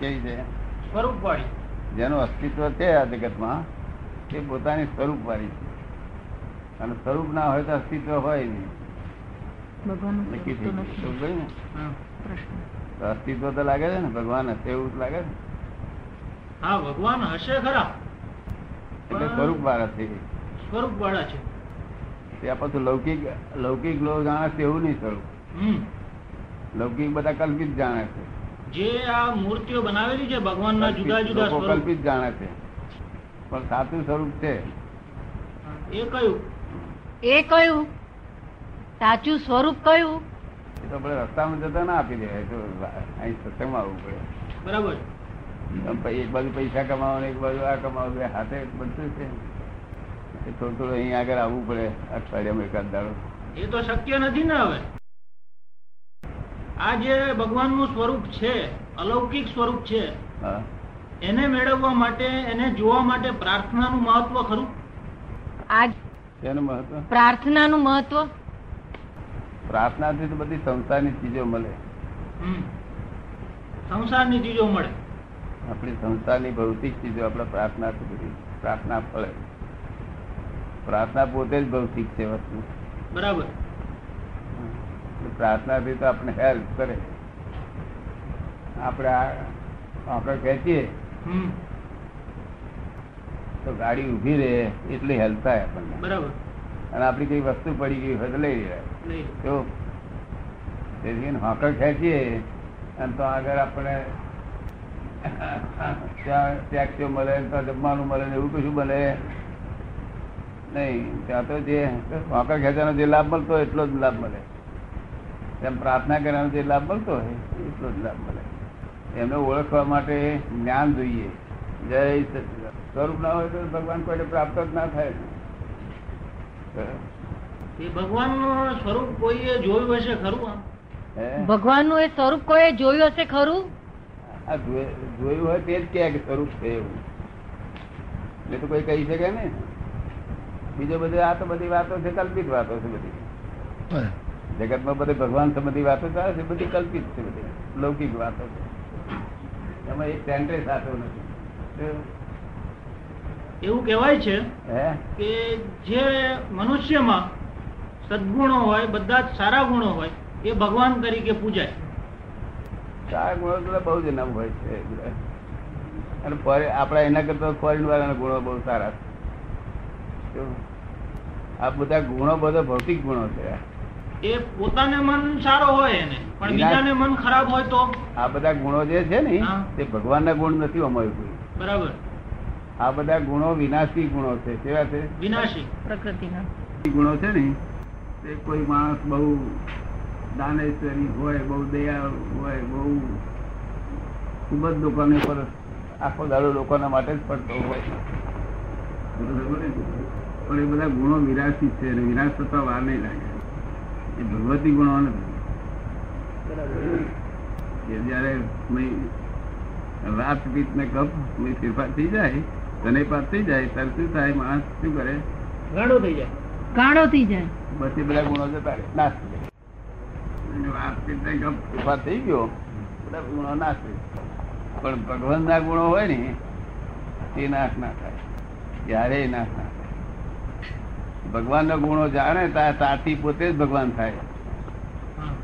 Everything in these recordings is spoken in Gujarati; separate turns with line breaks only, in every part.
કેવી છે
સ્વરૂપ વાળી
જેનું અસ્તિત્વ છે આ જગતમાં એ પોતાની સ્વરૂપ વાળી છે અને સ્વરૂપ ના હોય તો અસ્તિત્વ હોય નહીં
ભગવાનનું
નક્કી
સ્વરૂપ
થઈ
તો
ગયું. સમજ
નથી
પડી ને?
પ્રશ્ન
તો અસ્તિત્વ તો લાગે છે ને ભગવાન હશે એવું જ લાગે છે
હા ભગવાન હશે ખરા
એટલે
પણ
સ્વરૂપ વાળા છે
સ્વરૂપ વાળા છે
ત્યાં પાછું લૌકિક લૌકિક લોકો જાણે છે એવું નહીં સ્વરૂપ
હમ
લૌકિક બધા કલ્પિત જાણે છે
જે આ મૂર્તિઓ બનાવેલી છે ભગવાનના જુદા જુદા
લોકો
સ્વરૂપ
કલ્પિત જાણે છે પણ સાચું સ્વરૂપ છે
એ કયું
એ કયું સાચું સ્વરૂપ કયું
એ તો આપણે રસ્તામાં જતા ના આપી દેવાય તો અહીં સત્સંગમાં આવવું પડે
બરાબર
આમ પૈ- એક બાજુ પૈસા કમાવો ને એક બાજુ આ કમાવો બે હાથે બનતું છે એટલે થોડું થોડું અહીં આગળ આવવું પડે અઠવાડિયામાં એકાદ દાડો
એ તો શક્ય નથી ને હવે આ જે ભગવાનનું સ્વરૂપ છે અલૌકિક સ્વરૂપ છે
હા
એને મેળવવા માટે એને જોવા માટે પ્રાર્થનાનું મહત્વ ખરું
આ
તેનું મહત્વ
પ્રાર્થનાનું મહત્વ
પ્રાર્થનાથી તો બધી સંસ્થાની ચીજો મળે
હમ. સંસારની ચીજો મળે
આપણી સંસ્થાની ભૌતિક ચીજો આપણા પ્રાર્થનાથી બધી પ્રાર્થના ફળે પ્રાર્થના પોતે જ ભૌતિક છે વસ્તુ
બરાબર
એટલે પ્રાર્થનાથી તો આપણે હેલ્પ કરે આપણે આ- આપણે કહેતીએ
હમ
તો ગાડી ઊભી રહે એટલી હેલ્પ થાય આપણને
બરાબર
અને આપણી કઈ વસ્તુ પડી ગઈ હોય તો લઈ લેવાય
લઈ લો.
તો તેથી એને હોકળ ખેંચીએ અને તો આગળ આપણે ત્યાં ટેક્સીઓ મળે ને ત્યાં જમવાનું મળે ને એવું કશું બને નહીં ત્યાં તો જે હોકળ ખેંચવાનો જે લાભ મળતો હોય એટલો જ લાભ મળે તેમ પ્રાર્થના કરવાનો જે લાભ મળતો હોય એટલો જ લાભ મળે એમને ઓળખવા માટે જ્ઞાન જોઈએ જય સચિદાન સ્વરૂપ ના હોય તો ભગવાન કોઈને પ્રાપ્ત જ ના થાય ને.
એ ભગવાનનું સ્વરૂપ કોઈએ જોયું હશે ખરું આમ
હે?
ભગવાનનું એ સ્વરૂપ કોઈ જોયું હશે ખરું
આ જોય- જોયું હોય તે જ કહે કે સ્વરૂપ છે એવું એટલે તો કોઈ કહી શકે ને બીજો બધે આ તો બધી વાતો છે કલ્પિત વાતો છે બધી જગતમાં બધી ભગવાન સંબંધી વાતો ચાલે છે બધી કલ્પિત છે બધી લૌકિક વાતો છે એમાં એક સેન્ટ્રેસ થતો નથી
એવું કહેવાય છે
હે
કે જે મનુષ્યમાં સદગુણો હોય બધા જ સારા ગુણો હોય એ ભગવાન તરીકે પૂજાય
ચાર ગુણો તો બહુ જ નમ હોય છે અને ફોરે- આપણા એના કરતા ફોરેન વાળાના ગુણો બહુ સારા છે શું? આ બધા ગુણો બધા ભૌતિક ગુણો છે
એ પોતાને મન સારો હોય એને પણ
વિરાટ-
બીજાને મન ખરાબ હોય તો
આ બધા ગુણો જે છે ને
હા.
તે ભગવાનના ગુણ નથી અમારી કોઈ
બરાબર
આ બધા ગુણો વિનાશી ગુણો છે કેવા છે
વિનાશી
પ્રકૃતિના
એ ગુણો છે ને તે કોઈ માણસ બહુ દાનેશ્વરી હોય બહુ દયા હોય બહુ ખૂબ જ લોકોને પર આખો દાડો લોકોના માટે જ પડતો હોય પણ એ બધા ગુણો વિનાશી છે અને વિનાશ થતા વાર નહીં લાગે એ ભગવતી ગુણો નથી કે જ્યારે મય રાત પીત ને કપ મય ફેરફાર થઈ જાય તને પાસ થઈ જાય ત્યારે શું થાય માણસ શું કરે
ગાડો થઈ જાય
ગાળો થઈ જાય
બસ એ બધા ગુણો જતા રહે નાશ થઈ જાય વાતચીત ને ગપ ઉભા થઈ ગયો બધા ગુણો નાશ થઈ જાય. પણ ભગવાન ના ગુણો હોય ને તે નાશ ના થાય ક્યારેય નાશ ના થાય ભગવાન ના ગુણો જાણે ત્યાં તાથી પોતે જ ભગવાન થાય
હા.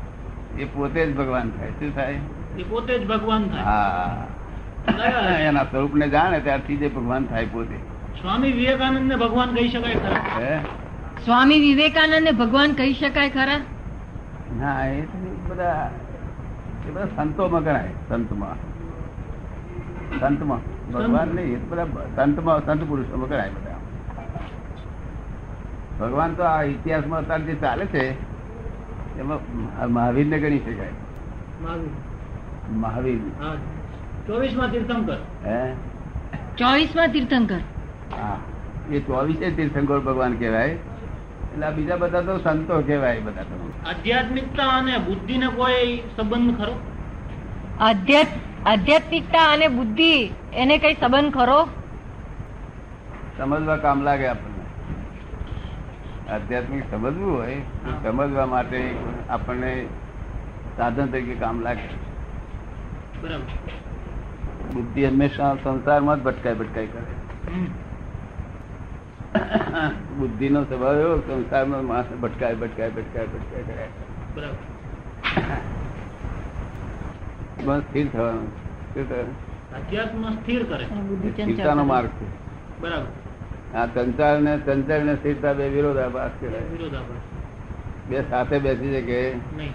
એ પોતે જ ભગવાન થાય શું થાય
એ પોતે જ ભગવાન થાય
હા
બરાબર.
એના સ્વરૂપ ને જાણે ત્યારથી જે ભગવાન થાય પોતે
સ્વામી વિવેકાનંદ ને ભગવાન કહી શકાય ખરા
હે
સ્વામી વિવેકાનંદને ભગવાન કહી શકાય ખરા
ના એ તો બધા એ બધા સંતોમાં ગણાય સંતમાં સંતમાં ભગવાન નહીં એ તો બધા સંતમાં સંત પુરુષોમાં ગણાય બધા ભગવાન તો આ ઇતિહાસમાં અત્યારે જે ચાલે છે એમાં મહા- મહાવીરને ગણી શકાય
મહાવીર.
મહાવીર
હા ચોવીસમાં તીર્થંકર
હે
ચોવીસમાં તીર્થંકર
હા એ ચોવીસે તીર્થંકર ભગવાન કહેવાય એટલે આ બીજા બધા તો સંતો કહેવાય બધા તો
આધ્યાત્મિકતા અને બુદ્ધિને કોઈ સંબંધ ખરો
આધ્યાત્મ- આધ્યાત્મિકતા અને બુદ્ધિ એને કઈ સંબંધ ખરો
સમજવા કામ લાગે આપણને આધ્યાત્મિક સમજવું હોય તો
હા.
સમજવા માટે આપણને સાધન તરીકે કામ લાગે
બરાબર
બુદ્ધિ હંમેશા સંસારમાં જ ભટકાય ભટકાય કરે
હમ.
બુદ્ધિનો સ્વભાવ એવો સંસારમાં માણસ ભટકાય ભટકાય ભટકાય ભટકાય કરે
બરાબર
મન સ્થિર થવાનું શું થવાનું?
અધ્યાત્મ સ્થિર કરે
અને બુદ્ધિ ચંચળ
સ્થિરતાનો
કરે.
માર્ગ છે
બરાબર
આ ચંચળ ને ચંચળ ને સ્થિરતા બે વિરોધાભાસ કહેવાય
વિરોધાભાસ
બે સાથે બેસી શકે
નહીં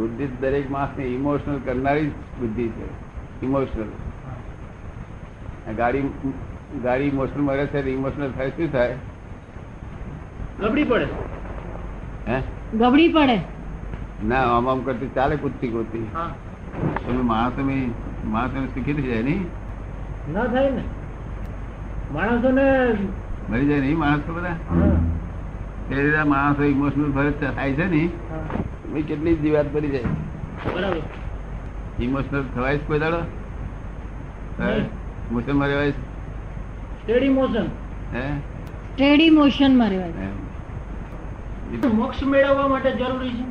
બુદ્ધિ દરેક માણસને ઇમોશનલ કરનારી જ બુદ્ધિ છે ઇમોશનલ
હા.
ગાડી ગાડી ઇમોશનલ મળે છે ઇમોશનલ થાય શું થાય
ગબડી પડે
હે
ગબડી પડે
ના આમ આમ કરતી ચાલે કૂદતી કૂદતી
હા
તમે માણસ તમે માણસ તમે શીખી થઈ જાય નહીં
ન થાય ને માણસોને
મરી જાય નહીં માણસો બધા એ રીતે માણસો ઇમોશનલ ફરજ થાય છે ને એ કેટલી જીવાત મરી જાય
બરાબર
ઇમોશનલ થવાય છે કોઈ દાડો હે?
નહીં.
મુસલમાન રહેવાય છે?
સ્ટેડી મોશન
હે
ટ્રેડી મોશન માં રહેવાય
એમ.
મોક્ષ મેળવવા માટે જરૂરી છે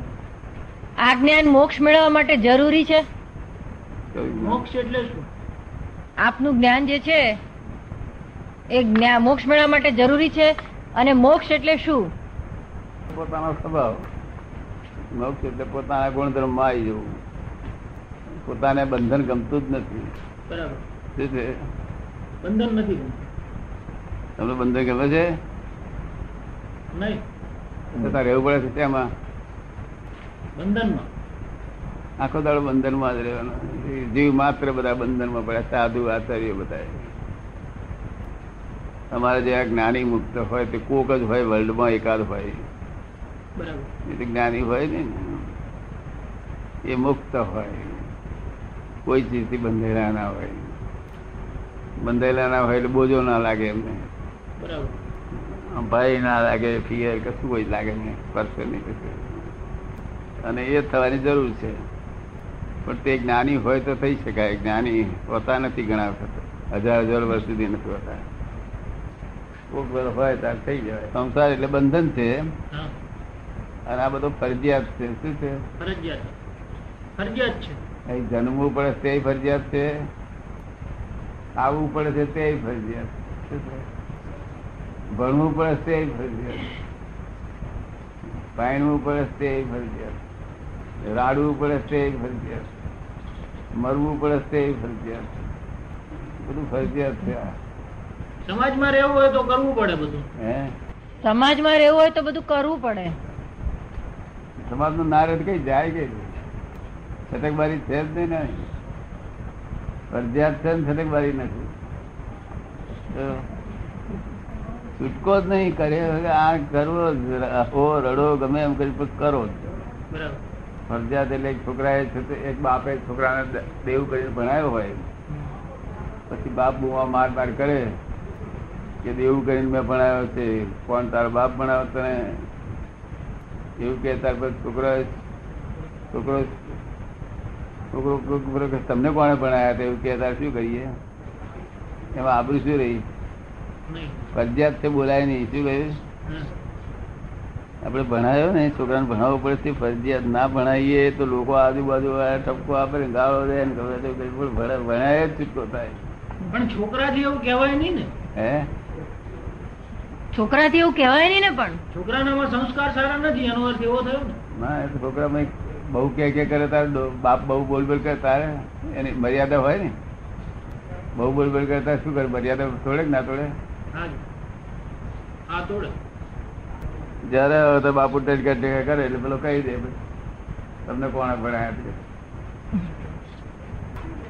આ જ્ઞાન મોક્ષ મેળવવા માટે જરૂરી છે
તો
મોક્ષ એટલે શું
આપનું જ્ઞાન જે છે એ જ્ઞાન મોક્ષ મેળવવા માટે જરૂરી છે અને મોક્ષ એટલે શું
પોતાનો સ્વભાવ મોક્ષ એટલે પોતાના ગુણધર્મમાં આવી જવું પોતાને બંધન ગમતું જ નથી
બરાબર
શું છે
બંધન નથી ગમતું.
તમને બંધન ગમે છે
નહીં
છતાં રહેવું પડે છે તેમાં
બંધનમાં
આખો દાડો બંધનમાં જ રહેવાનો જીવ માત્ર બધા બંધનમાં પડ્યા સાધુ આચાર્ય બધા તમારે જેવા જ્ઞાની મુક્ત હોય તે કોક જ હોય વર્લ્ડમાં એકાદ હોય
બરાબર
એ તો જ્ઞાની હોય ને એ મુક્ત હોય કોઈ ચીજથી બંધેલા ના હોય બંધેલા ના હોય એટલે બોજો ના લાગે એમને
બરાબર
ભય ના લાગે ફિયર કશું કોઈ લાગે નહીં સ્પર્શ નહીં કશું અને એ થવાની જરૂર છે પણ તે જ્ઞાની હોય તો થઈ શકાય જ્ઞાની હોતા નથી ઘણા વખત હજાર હજાર વર્ષ સુધી નથી હોતા કોક વાર હોય ત્યારે થઈ જાય સંસાર એટલે બંધન છે
હા
અને આ બધો ફરજિયાત છે શું છે
ફરજિયાત ફરજિયાત છે
અહીં જન્મવું પડે તે ફરજિયાત છે આવવું પડે છે તે ફરજિયાત છે. ભણવું પડે તે ફરજિયાત પાણવું પડે તે ફરજિયાત રાડવું પડે તે ફરજિયાત મરવું પડે તે ફરજિયાત બધું ફરજિયાત છે આ.
સમાજમાં રહેવું હોય તો કરવું પડે બધું
હે
સમાજમાં રહેવું હોય તો બધું કરવું પડે
સમાજનું ના રહે તો કઈ જાય કે છટકબારી છે જ નહીં ને અહીં. ફરજિયાત છે ને છટકબારી નથી તો છૂટકો જ નહીં કરે હવે આ કરવો જ હો રડો ગમે એમ કરી પણ કરો જ
બરાબર
ફરજિયાત એટલે એક છોકરાએ છોકરા- એક બાપે છોકરાને દ- દેવું કરીને ભણાવ્યો હોય પછી બાપ બુવા માર માર કરે કે દેવું કરીને મેં ભણાવ્યો છે કોણ તારો બાપ ભણાવ્યો તને એવું કે તાર પર છોકરો છોકરો છોકરો છોકરો કે તમને કોણે ભણાયા હતા એવું કે તારે શું કરીએ એમાં આબરું શું રહી
નહીં
ફરજિયાત છે બોલાય નહીં શું કહ્યું
હા.
આપણે ભણાયો ને છોકરાને ભણાવવો પડે તે ફરજિયાત ના ભણાવીએ તો લોકો આજુબાજુ વાળા ઠપકો આપે ને ગાળો દે ને ગમે તે કરે. પણ ભણા- ભણાય જ છૂટકો થાય
પણ છોકરાથી એવું કહેવાય નહીં ને
હે
છોકરાથી એવું કહેવાય નહીં ને પણ
છોકરાનામાં સંસ્કાર સારા નથી એનો અર્થ એવો થયો ને
ના એ તો છોકરામાં એક બહુ કે કે કરે તારે દો- બાપ બહુ બોલ બોલ કરે તારે એની મર્યાદા હોય ને બહુ બોલ બોલ કરે તારે શું કરે મર્યાદા તોડે કે ના તોડે
હા જી. હા તોડે
જ્યારે હવે તો બાપુ ટેકા ટેકા કરે એટલે પેલો કહી દે ભાઈ તમને કોણે ભણાયા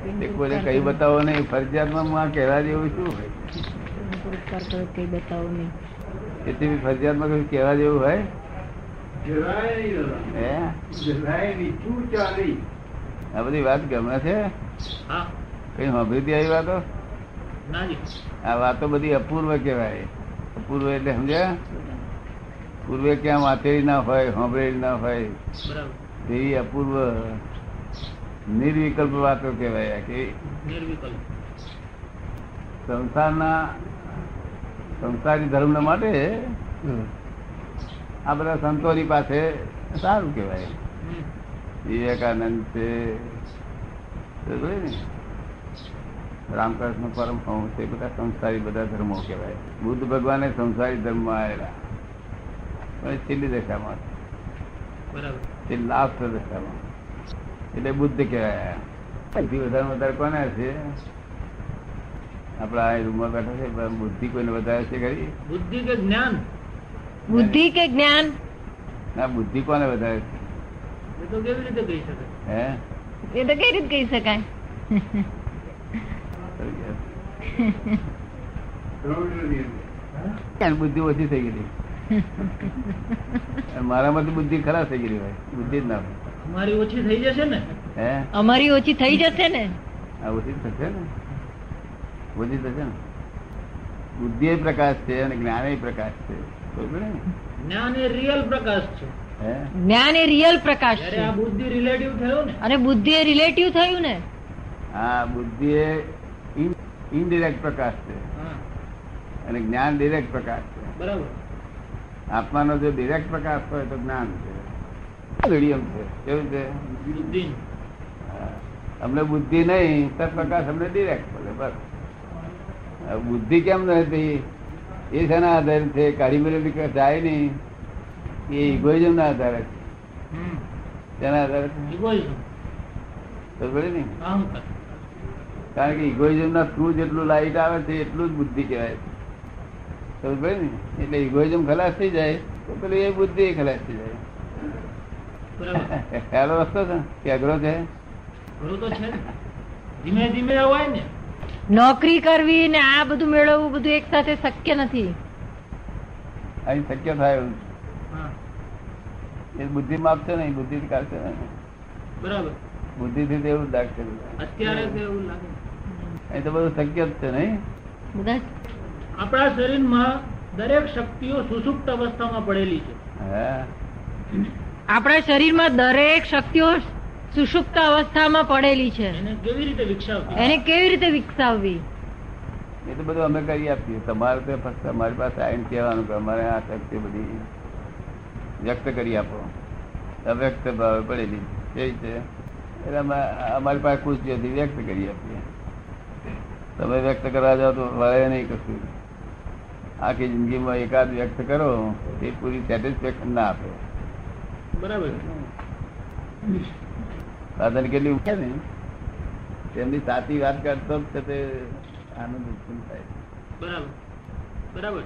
છે તે કોઈને કઈ બતાવો નહીં ફરજિયાતમાં માં કહેવા જેવું શું હોય
પુરસ્કાર કરો કઈ બતાવો નહીં
એથી બી ફરજિયાતમાં કઈ કહેવા જેવું હોય હે આ બધી વાત ગમે છે
હા
કઈ સાંભળી આવી વાતો
ના જી
આ વાતો બધી અપૂર્વ કહેવાય અપૂર્વ એટલે સમજ્યા પૂર્વે ક્યાં વાંચેલી ના હોય સાંભળેલી ના હોય
બરાબર
તેવી અપૂર્વ નિર્વિકલ્પ વાતો કહેવાય કે
નિર્વિકલ્પ
સંસારના સંસારી ધર્મ માટે આ બધા સંતોની પાસે સારું કહેવાય
હમ.
વિવેકાનંદ છે તો જોયું ને રામકૃષ્ણ પરમહંસ એ બધા સંસારી બધા ધર્મો કહેવાય બુદ્ધ ભગવાને સંસારી ધર્મમાં આવેલા પણ છેલ્લી દશામાં
બરાબર
તે લાસ્ટ દશામાં એટલે બુદ્ધ કહેવાય બુદ્ધિ વધારે વધારે કોને છે આપણા આ રૂમમાં બેઠા છે પણ બુદ્ધિ કોઈને વધારે છે ખરી
બુદ્ધિ કે જ્ઞાન
બુદ્ધિ કે જ્ઞાન
ના બુદ્ધિ કોને વધારે છે
એ તો કેવી રીતે કહી શકાય
હે
એ તો કઈ રીતે કહી શકાય
એની બુદ્ધિ ઓછી થઈ ગયેલી મારા માટે બુદ્ધિ ખરાબ થઈ ગયેલી ભાઈ બુદ્ધિ જ ના હોય.
અમારી ઓછી થઈ જશે ને
હે
અમારી ઓછી થઈ જશે ને
આ ઓછી થશે ને ઓછી થશે ને બુદ્ધિ એ પ્રકાશ છે અને જ્ઞાન એ પ્રકાશ છે બરોબર ને
જ્ઞાન એ રિયલ પ્રકાશ છે
હે
જ્ઞાન એ રિયલ પ્રકાશ
જ્યારે
છે
આ બુદ્ધિ રિલેટિવ થયો ને
અને બુદ્ધિ એ રિલેટિવ થયું ને
હા બુદ્ધિ એ ઇનડિરેક્ટ પ્રકાશ છે
હા
અને જ્ઞાન ડિરેક્ટ પ્રકાશ છે
બરાબર
આત્માનો જો ડિરેક્ટ પ્રકાશ હોય તો જ્ઞાન છે મીડિયમ છે કેવું છે
બુદ્ધિ
હા. અમને બુદ્ધિ નહીં તો પ્રકાશ અમને ડિરેક્ટ મળે બસ હવે બુદ્ધિ કેમ નથી એ શેના આધારે છે કાઢી મેળવી વિકાસ જાય નહીં એ ઇગોઇઝમ ના આધારે છે
હમ
તેના આધારે છે
egoism,
તો ખબર ને
અહંકાર
કારણ કે ઇગોઇઝમ ના થ્રુ જેટલું લાઈટ આવે છે એટલું જ બુદ્ધિ કહેવાય છે તો ખબર ને એટલે ઇગોઇઝમ ખલાસ થઈ જાય તો પેલું એ બુદ્ધિ એ ખલાસ થઈ જાય
બરાબર
ખ્યાલ વસ્તો છે કે અઘરો છે
ઘણું તો છે ને. ધીમે ધીમે અવાય ને
નોકરી કરવી ને આ બધું મેળવવું બધું એક સાથે શક્ય નથી
અહીં શક્ય થાય એવું
હા
છે. એ બુદ્ધિ માપશે નહીં બુદ્ધિ જ કાઢશે નહીં.
બરાબર
બુદ્ધિથી તો એવું જ લાગશે
અત્યારે તો એવું લાગે
અહીં તો બધું શક્ય જ છે નહીં
બધા
આપણા શરીરમાં દરેક શક્તિઓ સુસુપ્ત અવસ્થામાં પડેલી છે
હા
આપણા શરીરમાં દરેક શક્તિઓ સુષુપ્ત અવસ્થામાં પડેલી છે
એને કેવી રીતે વિકસાવતી
એને કેવી રીતે વિકસાવવી
એ તો બધું અમે કરી આપીએ તમારે તો ફક્ત અમારી પાસે આવીને કહેવાનું કે અમારે આ શક્તિ બધી વ્યક્ત કરી આપો અવ્યક્ત ભાવે પડેલી છે. કેવી છે એટલે અમે અમારી પાસે ખુશી હતી વ્યક્ત કરી આપીએ તમે વ્યક્ત કરવા જાઓ તો વળે નહીં કશું આખી જિંદગીમાં એકાદ વ્યક્ત કરો એ પૂરી સેટિસ્ફેક્શન ના આપે
બરાબર
સાધન કેટલી છે ને તેમની સાચી વાત કરતો જ છે તે આનંદ ઉત્પન્ન થાય છે.
બરાબર બરાબર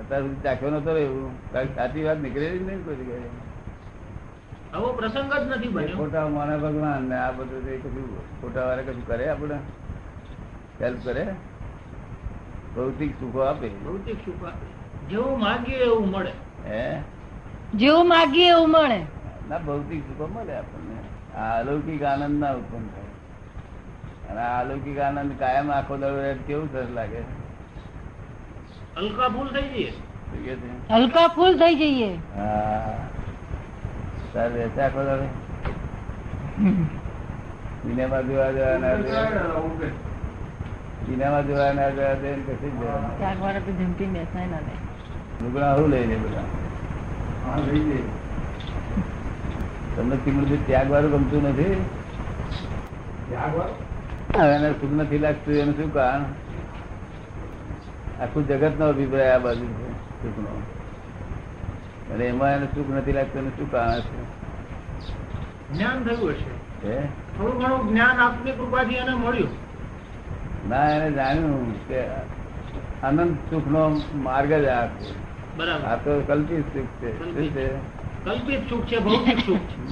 અત્યાર સુધી ચાખ્યો નતો એવું કારણ કે સાચી વાત નીકળેલી જ નહીં કોઈ જગ્યાએ
આવો પ્રસંગ જ નથી
એ
બન્યો
ખોટા માના ભગવાન ને આ બધું તો એ કશું ખોટા વાળા કશું કરે આપણે હેલ્પ કરે ભૌતિક સુખો આપે
ભૌતિક સુખ આપે. જેવું માગીએ એવું મળે
હે
જેવું માગીએ એવું મળે
ના ભૌતિક સુખો મળે આપણને આ અલૌકિક આનંદ ના ઉત્પન્ન થાય અને આ અલૌકિક આનંદ કાયમ આખો દડો રહે તો કેવું સરસ લાગે
હલકા ફૂલ થઈ જઈએ
શું કહે છે
હલકા ફૂલ થઈ જઈએ
હા તારે રહેશે આખો દડો સિનેમા જોવા જવા ના જવા. સિનેમા જોવા ના જવા દે ને કશું જ જવા ના દે.
વાળા તો જમતી બેસાય ના લે
લુગડા હું લઈ લે બધા તમને ચીમડું ત્યાગ વાળું ગમતું નથી હા, એને સુખ નથી લાગતું એનું શું કારણ આખું જગત નો અભિપ્રાય આ બાજુ છે સુખનો અને એમાં એને સુખ નથી લાગતું એનું શું કારણ
જ્ઞાન થયું હશે
છે હે?
થોડું ઘણું જ્ઞાન આપની કૃપાથી એને મળ્યું
ના એને જાણ્યું કે અનંત સુખનો માર્ગ જ આ છે આ
બરાબર
તો કલ્પિત સુખ છે શું છે
કલ્પિત સુખ છે ભૌતિક સુખ છે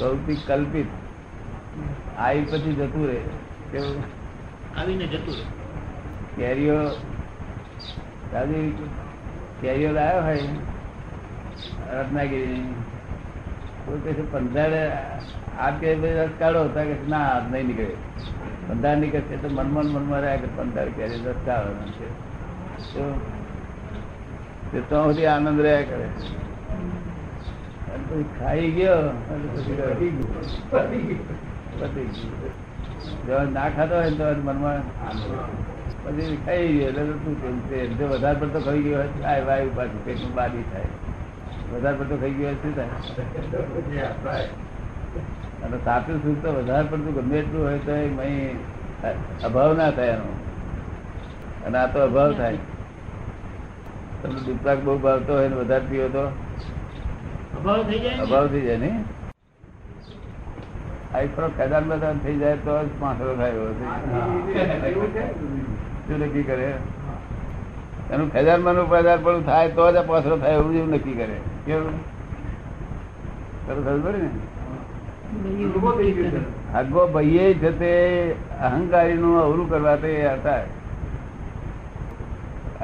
ભૌતિક કલ્પિત આવી પછી જતું રહે કેવું
આવીને જતું રહે
કેરીઓ દાદી કેરીઓ લાવ્યો હોય રત્નાગીરી કોઈ કહે છે પંદર આ કે રસ કાઢો તો કે ના આજ નહીં નીકળે પંદર નીકળશે તો મનમાં ને મનમાં રહ્યા કે પંદર કેરી રસ કાઢવાનો છે તો તે તો સુધી આનંદ રહ્યા કરે અને પછી ખાઈ ગયો અને પછી પતી ગયું પતી ગયું જો ના ખાતો હોય તો મનમાં પછી ખાઈ ગયો એટલે તો શું થયું તે જો વધારે પડતો ખાઈ ગયો હોય આ વાયુ પાછું પેટનું બાદી થાય વધારે પડતો ખાઈ ગયો હોય શું થાય અને સાચું સુખ તો વધારે પડતું ગમે એટલું હોય તો મહી અભાવ ના થાય એનો અને આ તો અભાવ થાય તમને દુપલાક બહુ ભાવતો હોય ને વધારે પીવો તો
અભાવ થઈ જાય ને?
અભાવ થઈ જાય ને આ એક થોડો કદાન બદાન થઈ જાય તો જ પાછળ થાય એવો છે. શું નક્કી કરે એનું ખેદાનમાં નું પેદાન પણ થાય તો જ આ પાછળ થાય એવું એવું નક્કી કરે કેવું તારું ખબર પડી ને આગો ભાઈએ જતે અહંકારીનું અવરું કરવા તે હતા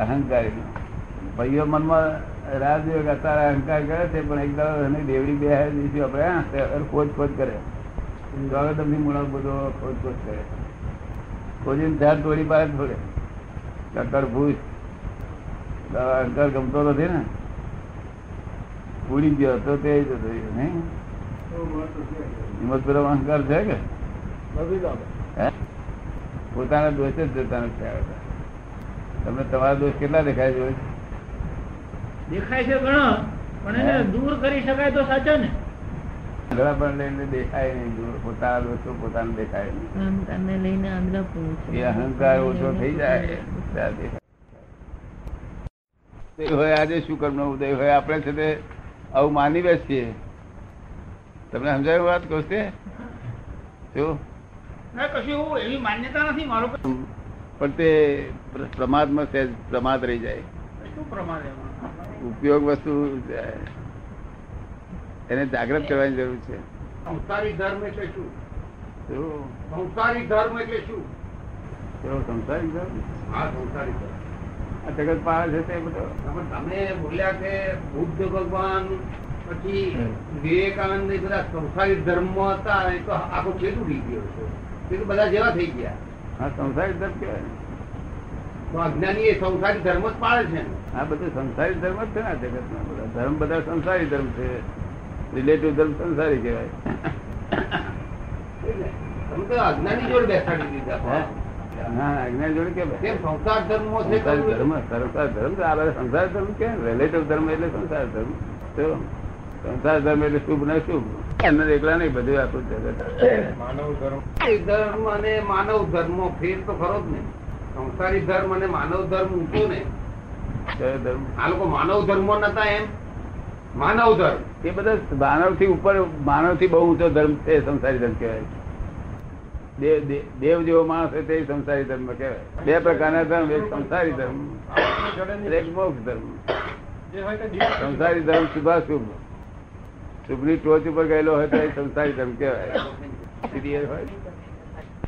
અહંકારીનું ભાઈઓ મનમાં રાજયોગ અત્યારે અહંકાર કરે છે પણ એક દાડો એને દેવડી બે દિવસે આપણે હા, તે અર ખોજ ખોજ કરે ગૌરવની મુળા બધો ખોજ ખોજ કરે ખોજીને ઝાડ તોડી પાડે થોડે કક્કડ ભૂસ દાડો અહંકાર ગમતો નથી ને ઉડી ગયો તો તે જ હતો નહીં હિંમત પેલો અહંકાર છે કે હે? પોતાના દોષ જ જોતા નથી આવતા તમને તમારા દોષ કેટલા દેખાય છે
દેખાય છે ઘણા પણ
હા.
એને દૂર કરી શકાય તો સાચા ને
ઘણા પણ લઈને દેખાય નહીં દૂર પોતાના દોષો પોતાને દેખાય નહીં
અહંકારને લઈને આગળ પૂરું
એ અહંકાર ઓછો થઈ જાય ત્યાં દેખાય. ઉદય હોય આજે શું કર્મનો ઉદય હોય આપણે છે તે આવું માની બેસીએ તમને સમજાયું વાત કહું છે શું
ના કશું એવું એવી માન્યતા નથી મારો કોઈ
પણ તે પ્ર- પ્રમાદમાં સહેજ પ્રમાદ રહી જાય
શું પ્રમાદ એમાં
ઉપયોગ વસ્તુ અ, એને જાગ્રત કરવાની જરૂર છે
સંસારી ધર્મ એટલે શું
શું?
સંસારી ધર્મ એટલે શું
કેવો સંસારી ધર્મ?
હા સંસારી ધર્મ
આ જગત પાર છે તે બધો
તમે- તમે બોલ્યા કે બુદ્ધ ભગવાન પછી વિવેકાનંદ એ બધા સંસારી ધર્મ હતા એ તો આખો છેદ ઉડી ગયો છે એ તો બધા જેવા થઈ ગયા
આ સંસારી ધર્મ કહેવાય ને.
તો અજ્ઞાની એ સંસારી ધર્મ જ પાળે છે ને.
આ બધું સંસારી ધર્મ જ છે ને આ જગતમાં બધા ધર્મ બધા સંસારી ધર્મ છે રિલેટિવ ધર્મ સંસારી કહેવાય
એટલે તમે તો અજ્ઞાની જોડે બેસાડી
હે?
દીધા
ના આજ્ઞા જોડે કે
તેમ સંસાર ધર્મ છે
સંસાર ધર્મ સંસાર ધર્મ તો આ બધા સંસાર ધર્મ કે રિલેટિવ ધર્મ એટલે સંસાર ધર્મ તો સંસાર ધર્મ એટલે શુભ ને શુભ એમને એકલા નહીં બધું આખું જગત
સંસારી ધર્મ અને માનવ ધર્મ ફેર તો ખરો જ ને સંસારી ધર્મ અને માનવ ધર્મ ઊંચો ને
કયો ધર્મ
આ લોકો માનવ ધર્મ નતા એમ માનવ ધર્મ
એ બધા માનવ થી ઉપર માનવ થી બહુ ઊંચો ધર્મ છે સંસારી ધર્મ કહેવાય દેવ દે- દેવ જેવો માણસ હોય તે સંસારી ધર્મ કહેવાય બે પ્રકારના ધર્મ એક સંસારી ધર્મ અને એક મોક્ષ ધર્મ સંસારી ધર્મ શુભાશુભ શુભની ટોચ ઉપર ગયેલો હોય તો એ સંસારી ધર્મ કહેવાય Serial હોય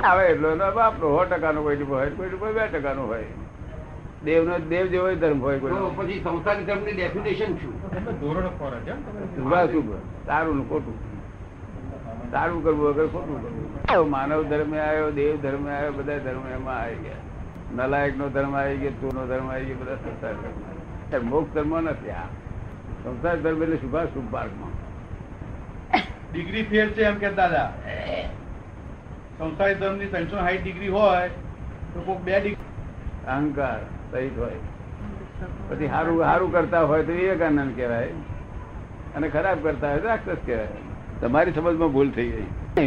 આવે એટલો એનો આપણો સો ટકાનો કોઈ ટીપો હોય કોઈ ટીપો બે ટકાનો હોય દેવનો દેવ જેવો ધર્મ હોય
તો
કોઈ
પછી સંસારી ધર્મની ડેફિનેશન શું
શુભાશુભ સારું ને ખોટું સારું કરવું વગર ખોટું કરવું માનવ ધર્મ આવ્યો દેવ ધર્મ આવ્યો બધા ધર્મ એમાં આવી ગયા નલાયક નો ધર્મ આવી ગયો તું નો ધર્મ આવી ગયો બધા સંસાર ધર્મ આવી ગયા. મોક્ષ ધર્મ નથી આ સંસાર ધર્મ એટલે શુભાશુભ માર્ગમાં
ડિગ્રી ફેર છે એમ કે દાદા સંસારી ધર્મ ની ત્રણસો સાઈઠ ડિગ્રી હોય તો કોઈક બે ડિગ્રી
અહંકાર સહિત હોય પછી સારું સારું કરતા હોય તો વિવેકાનંદ કહેવાય અને ખરાબ કરતા હોય તો રાક્ષસ કહેવાય તમારી સમજમાં ભૂલ થઈ ગઈ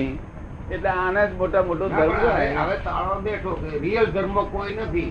એટલે આના જ મોટા મોટો
ના,
ધર્મ
પણ હવે
ગણાય.
હવે તાળો બેઠો કે રિયલ ધર્મ કોઈ નથી